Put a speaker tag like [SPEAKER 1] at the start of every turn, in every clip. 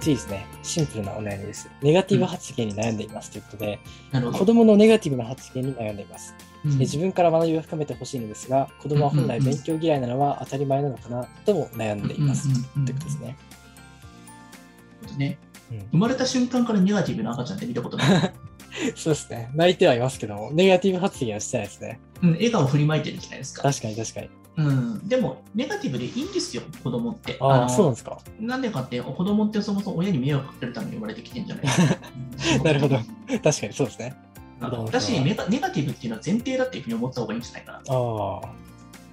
[SPEAKER 1] 次ですね、シンプルなお悩みです。ネガティブ発言に悩んでいますということで、
[SPEAKER 2] なる
[SPEAKER 1] 子
[SPEAKER 2] ほど。
[SPEAKER 1] 供のネガティブな発言に悩んでいます。
[SPEAKER 2] うん
[SPEAKER 1] え自分から学びを深めてほしいのですが、子供は本来
[SPEAKER 2] うんうんうん
[SPEAKER 1] 勉強嫌いなのは当たり前なのかなとも悩んでいます。
[SPEAKER 2] うん
[SPEAKER 1] と
[SPEAKER 2] うんうんうん
[SPEAKER 1] いうことですね。
[SPEAKER 2] ね
[SPEAKER 1] うん
[SPEAKER 2] 生まれた瞬間からネガティブな赤ちゃんって見たことない。
[SPEAKER 1] そうですね。泣いてはいますけども、ネガティブ発言はしてないですね。
[SPEAKER 2] うん、笑顔振りまいてるじゃないですか。
[SPEAKER 1] 確かに確かに。
[SPEAKER 2] うん、でも、ネガティブでいいんですよ、子供って。
[SPEAKER 1] あ
[SPEAKER 2] の
[SPEAKER 1] あ、そうなんですか。。
[SPEAKER 2] なんでかって、子供ってそもそも親に迷惑かけるために生まれてきてんじゃないですか
[SPEAKER 1] なるほど確かにそうですね。
[SPEAKER 2] うん。だしネガ、ネガティブっていうのは前提だっていうふうに思った方がいいんじゃないかな。
[SPEAKER 1] ああ、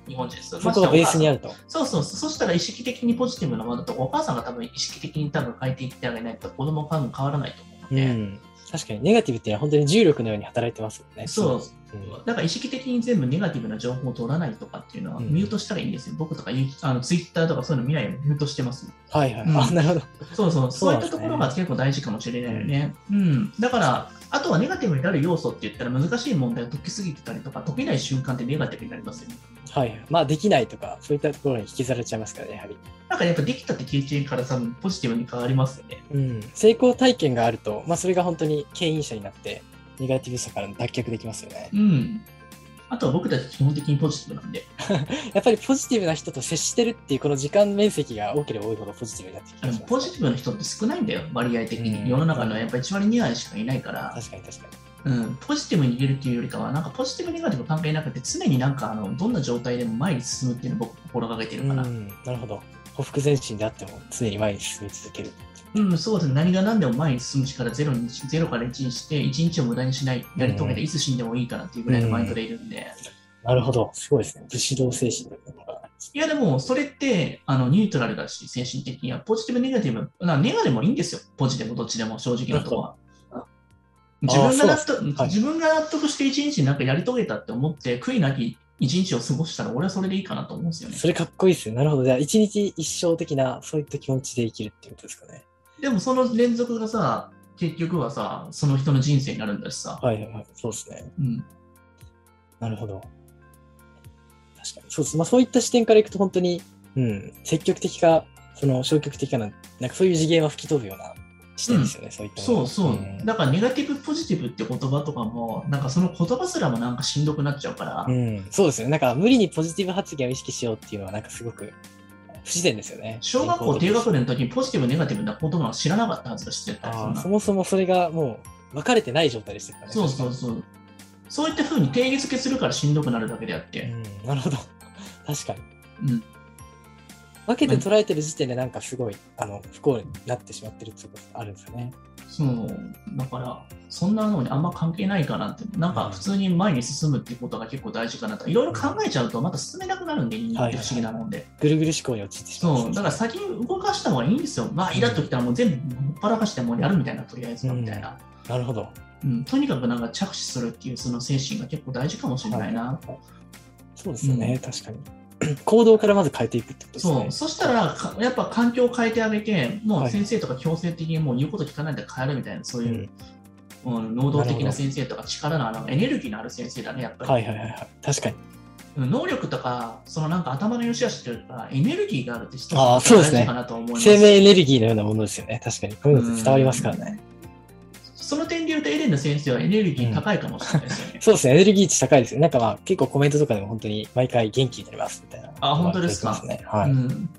[SPEAKER 2] 日本人です。
[SPEAKER 1] そこがベースにあ
[SPEAKER 2] る。
[SPEAKER 1] ると。
[SPEAKER 2] そうそうそう。そしたら意識的にポジティブなものだと、お母さんが多分意識的に多分変えていってあげないと、子供は多分変わらないと思うの
[SPEAKER 1] う
[SPEAKER 2] で。
[SPEAKER 1] ん。確かにネガティブっていうのは本当に重力のように働いてますよね。うん。う
[SPEAKER 2] そう
[SPEAKER 1] ん
[SPEAKER 2] だから意識的に全部ネガティブな情報を取らないとかっていうのは
[SPEAKER 1] うん
[SPEAKER 2] ミュートしたらいいんですよ。僕とかユーあのツイッターとかそういうの未来ミュートしてますもん。
[SPEAKER 1] はいはい。
[SPEAKER 2] うん
[SPEAKER 1] あ、なるほど。
[SPEAKER 2] そうそう、
[SPEAKER 1] そ
[SPEAKER 2] そううい
[SPEAKER 1] なん
[SPEAKER 2] っ
[SPEAKER 1] で
[SPEAKER 2] た
[SPEAKER 1] すね
[SPEAKER 2] ところが結構大事かもしれないよね。うん。だから、あとはネガティブになる要素って言ったら難しい問題を解きすぎてたりとか、解けない瞬間ってネガティブになりますよね。
[SPEAKER 1] はいはい。まあ、できないとか、そういったところに引きずられちゃいますからね、やはり。
[SPEAKER 2] なんかやっぱできたって経験から多分ポジティブに変わりますよね。
[SPEAKER 1] うん。成功体験があると、まあ、それが本当に牽引者になって、ネガティブさからの脱却できますよね。
[SPEAKER 2] うん。あとは僕たち基本的にポジティブなんで、
[SPEAKER 1] やっぱりポジティブな人と接してるっていう、この時間面積が多ければ多いほどポジティブになってきま
[SPEAKER 2] あの
[SPEAKER 1] す、ね。
[SPEAKER 2] ポジティブな人って少ないんだよ、割合的
[SPEAKER 1] うん
[SPEAKER 2] に。世の中のやっぱ1割2割しかいないから。
[SPEAKER 1] 確かに確かに。
[SPEAKER 2] うん、ポジティブに言えるっていうよりかは、なんかポジティブネガティブ関係なくて、常になんかあのどんな状態でも前に進むっていうのを僕、心がけてる
[SPEAKER 1] う
[SPEAKER 2] か
[SPEAKER 1] ん
[SPEAKER 2] ら、、
[SPEAKER 1] なるほど。ほふ前進であっても常に前に進み続ける。
[SPEAKER 2] うん、そうですね、何が何でも前に進む力ゼロに、ゼロから1にして、1日を無駄にしない、やり遂げ
[SPEAKER 1] うん
[SPEAKER 2] て、いつ死んでもいいからっていうぐらいのマインドでいるんで、
[SPEAKER 1] なるほど。すごいですね。武士道精神というのが。
[SPEAKER 2] いや、でも、それってあのニュートラルだし、精神的には、ポジティブ、ネガティブ、なネガでもいいんですよ、ポジでもどっちでも、正直なとこは。自分が納
[SPEAKER 1] そうです
[SPEAKER 2] 得
[SPEAKER 1] はい
[SPEAKER 2] 自分が納得して一日なんかやり遂げたって思って、悔いなき一日を過ごしたら、俺はそれでいいかなと思うんですよね。
[SPEAKER 1] それかっこいいですね。なるほど。じゃあ、一日一生的な、そういった気持ちで生きるっていうことですかね。
[SPEAKER 2] でもその連続がさ、結局はさ、その人の人生になるんだしさ。
[SPEAKER 1] はいはいはい。そうですね。
[SPEAKER 2] うん、
[SPEAKER 1] なるほど。確かに。そうです。まあ、そういった視点からいくと、本当に、うん、積極的か、その消極的かな、なんかそういう次元は吹き飛ぶような視点ですよね、そういったもの
[SPEAKER 2] そうそう、
[SPEAKER 1] ん
[SPEAKER 2] だからネガティブポジティブって言葉とかも、なんかその言葉すらもなんかしんどくなっちゃうから、
[SPEAKER 1] うん、そうですよね。なんか無理にポジティブ発言を意識しようっていうのは、なんかすごく不自然ですよね。
[SPEAKER 2] 小学校低学年の時にポジティブ、ネガティブな言葉は知らなかったはずだし、絶対そ
[SPEAKER 1] あ
[SPEAKER 2] ん
[SPEAKER 1] ー
[SPEAKER 2] な
[SPEAKER 1] そもそもそれがもう分かれてない状態でしたからね。
[SPEAKER 2] そうそうそう。そういった風に定義付けするからしんどくなるだけであっ
[SPEAKER 1] う
[SPEAKER 2] て、
[SPEAKER 1] ん、なるほど。確かに。
[SPEAKER 2] うん、
[SPEAKER 1] 分けて捉えてる時点で、なんかすごい、あの、不幸になってしまってるっていうことがあるんですよね。
[SPEAKER 2] そう、だから、そんなのにあんま関係ないかなって、なんか普通に前に進むっていうことが結構大事かなと、いろいろ考えちゃうと、また進めなくなるんで、人間って不思議なもんで。
[SPEAKER 1] ぐるぐる思考に陥ってしま
[SPEAKER 2] そう、だから先に動かした方がいいんですよ。まあ、イラっときたらもう全部ほっぱらかしてもうやるみたいな、とりあえずはみたいな。
[SPEAKER 1] なるほど。
[SPEAKER 2] うん、とにかくなんか着手するっていうその精神が結構大事かもしれないな。
[SPEAKER 1] そうですよね、
[SPEAKER 2] う
[SPEAKER 1] 確かに。 行動からまず変えていくってことですね。
[SPEAKER 2] そう、そしたらかやっぱ環境を変えてあげて、も
[SPEAKER 1] は
[SPEAKER 2] う
[SPEAKER 1] い
[SPEAKER 2] 先生とか強制的にもう言うこと聞かないで変えるみたいな、そう
[SPEAKER 1] う
[SPEAKER 2] い
[SPEAKER 1] ん
[SPEAKER 2] う、うん、能動
[SPEAKER 1] な
[SPEAKER 2] 的
[SPEAKER 1] るほど
[SPEAKER 2] な先生とか力のあるエネルギーのある先生だね、やっぱり。
[SPEAKER 1] はいはいはいはい。確かに。
[SPEAKER 2] うん能力とか、そのなんか頭の良し悪しというか、エネルギーがあるって人
[SPEAKER 1] あーそうですね
[SPEAKER 2] かなと思います。
[SPEAKER 1] 生命エネルギーのようなものですよね。確かに。こういうのって伝わりますからね。
[SPEAKER 2] その点で言うと、エレンの先生はエネルギー高いかもしれないですよね。
[SPEAKER 1] そうですね、エネルギー値高いですよね。なんかまあ結構コメントとかでも本当に毎回元気になりますみたいな。
[SPEAKER 2] あ本当ですか
[SPEAKER 1] 言われてます
[SPEAKER 2] う
[SPEAKER 1] ね
[SPEAKER 2] ん、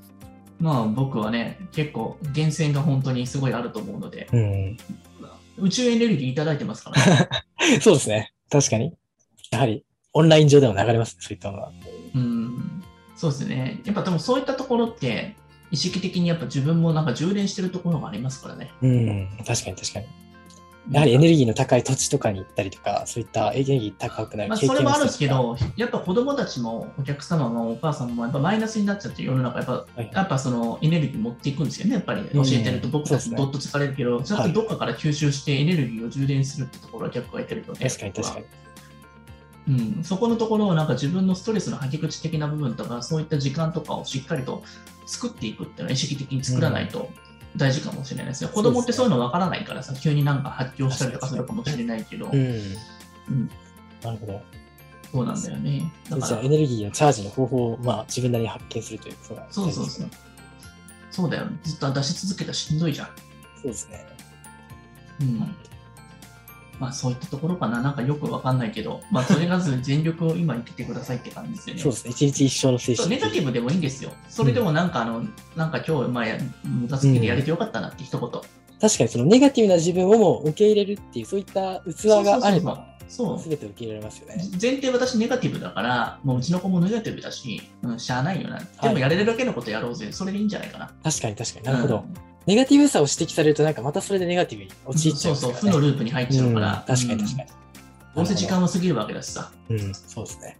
[SPEAKER 2] まあ僕はね、結構、源泉が本当にすごいあると思うので、
[SPEAKER 1] はい。うん。
[SPEAKER 2] 宇宙エネルギーいただいてますから、 ね
[SPEAKER 1] そうですね。確かに。やはり、オンライン上でも流れますね、そういったものは。
[SPEAKER 2] うん、そうですね。やっぱでもそういったところって、意識的にやっぱ自分もなんか充電してるところがありますからね。
[SPEAKER 1] うん。確かに確かに。やはりエネルギーの高い土地とかに行ったりとか、そういったエネルギー高くなる
[SPEAKER 2] まあ、
[SPEAKER 1] 経験
[SPEAKER 2] それもあるんですけ
[SPEAKER 1] は
[SPEAKER 2] ど、やっぱ子供たちもお客様もお母さんもやっぱマイナスになっちゃって、世の中やっぱ、
[SPEAKER 1] い
[SPEAKER 2] やっぱそのエネルギー持っていくんですよね、やっぱり教えてると僕たちもどっと疲れるけど、ちょっとどっかから吸収してエネルギーを充電するってところは逆がいてるので、
[SPEAKER 1] 確かに確かに。
[SPEAKER 2] うん、そこのところをなんか自分のストレスの吐き口的な部分とか、そういった時間とかをしっかりと作っていくっていうのは意識的に作らないと大事かもしれないですね。子供ってそういうの分からないからさ、急になんか発狂したりとかするかもしれないけど、
[SPEAKER 1] うん。
[SPEAKER 2] うん
[SPEAKER 1] なるほど。
[SPEAKER 2] そうなんだよね。だか
[SPEAKER 1] じゃあ
[SPEAKER 2] ら
[SPEAKER 1] エ、ネルギーのチャージの方法を、まあ、自分なりに発見するということが大
[SPEAKER 2] そう
[SPEAKER 1] 事
[SPEAKER 2] そう
[SPEAKER 1] です
[SPEAKER 2] そ
[SPEAKER 1] ね
[SPEAKER 2] う。そうだよ、ずっと出し続けたらしんどいじゃん。
[SPEAKER 1] そうですね。
[SPEAKER 2] うんまあ、そういったところかな、なんかよくわかんないけど、まあ、とりあえず全力を今生きてくださいって感じですよね。
[SPEAKER 1] そうですね。一日一生の精
[SPEAKER 2] そう
[SPEAKER 1] 神。
[SPEAKER 2] ネガティブでもいいんですよ。それでもなんかあの、なんか今日、まあや、無駄好きでやれてよかったなって一言。
[SPEAKER 1] 確かにそのネガティブな自分をも受け入れるっていう、そういった器があれば、
[SPEAKER 2] そうそうそうそう。そう
[SPEAKER 1] 全て受け入れられますよね。
[SPEAKER 2] 前提私ネガティブだから、もううちの子もネガティブだし、うん、しゃあないよな。
[SPEAKER 1] い
[SPEAKER 2] でもやれるだけのことやろうぜ。それでいいんじゃないかな。
[SPEAKER 1] 確かに確かになるほど。
[SPEAKER 2] うん
[SPEAKER 1] ネガティブさを指摘されると、なんかまたそれでネガティブに陥っちゃ
[SPEAKER 2] そううん
[SPEAKER 1] です
[SPEAKER 2] そう、
[SPEAKER 1] よ
[SPEAKER 2] 負のループに入っちゃうから。
[SPEAKER 1] うん確かに確かに
[SPEAKER 2] うんどうせ時間は過ぎるわけだしさ。
[SPEAKER 1] うん、そうですね。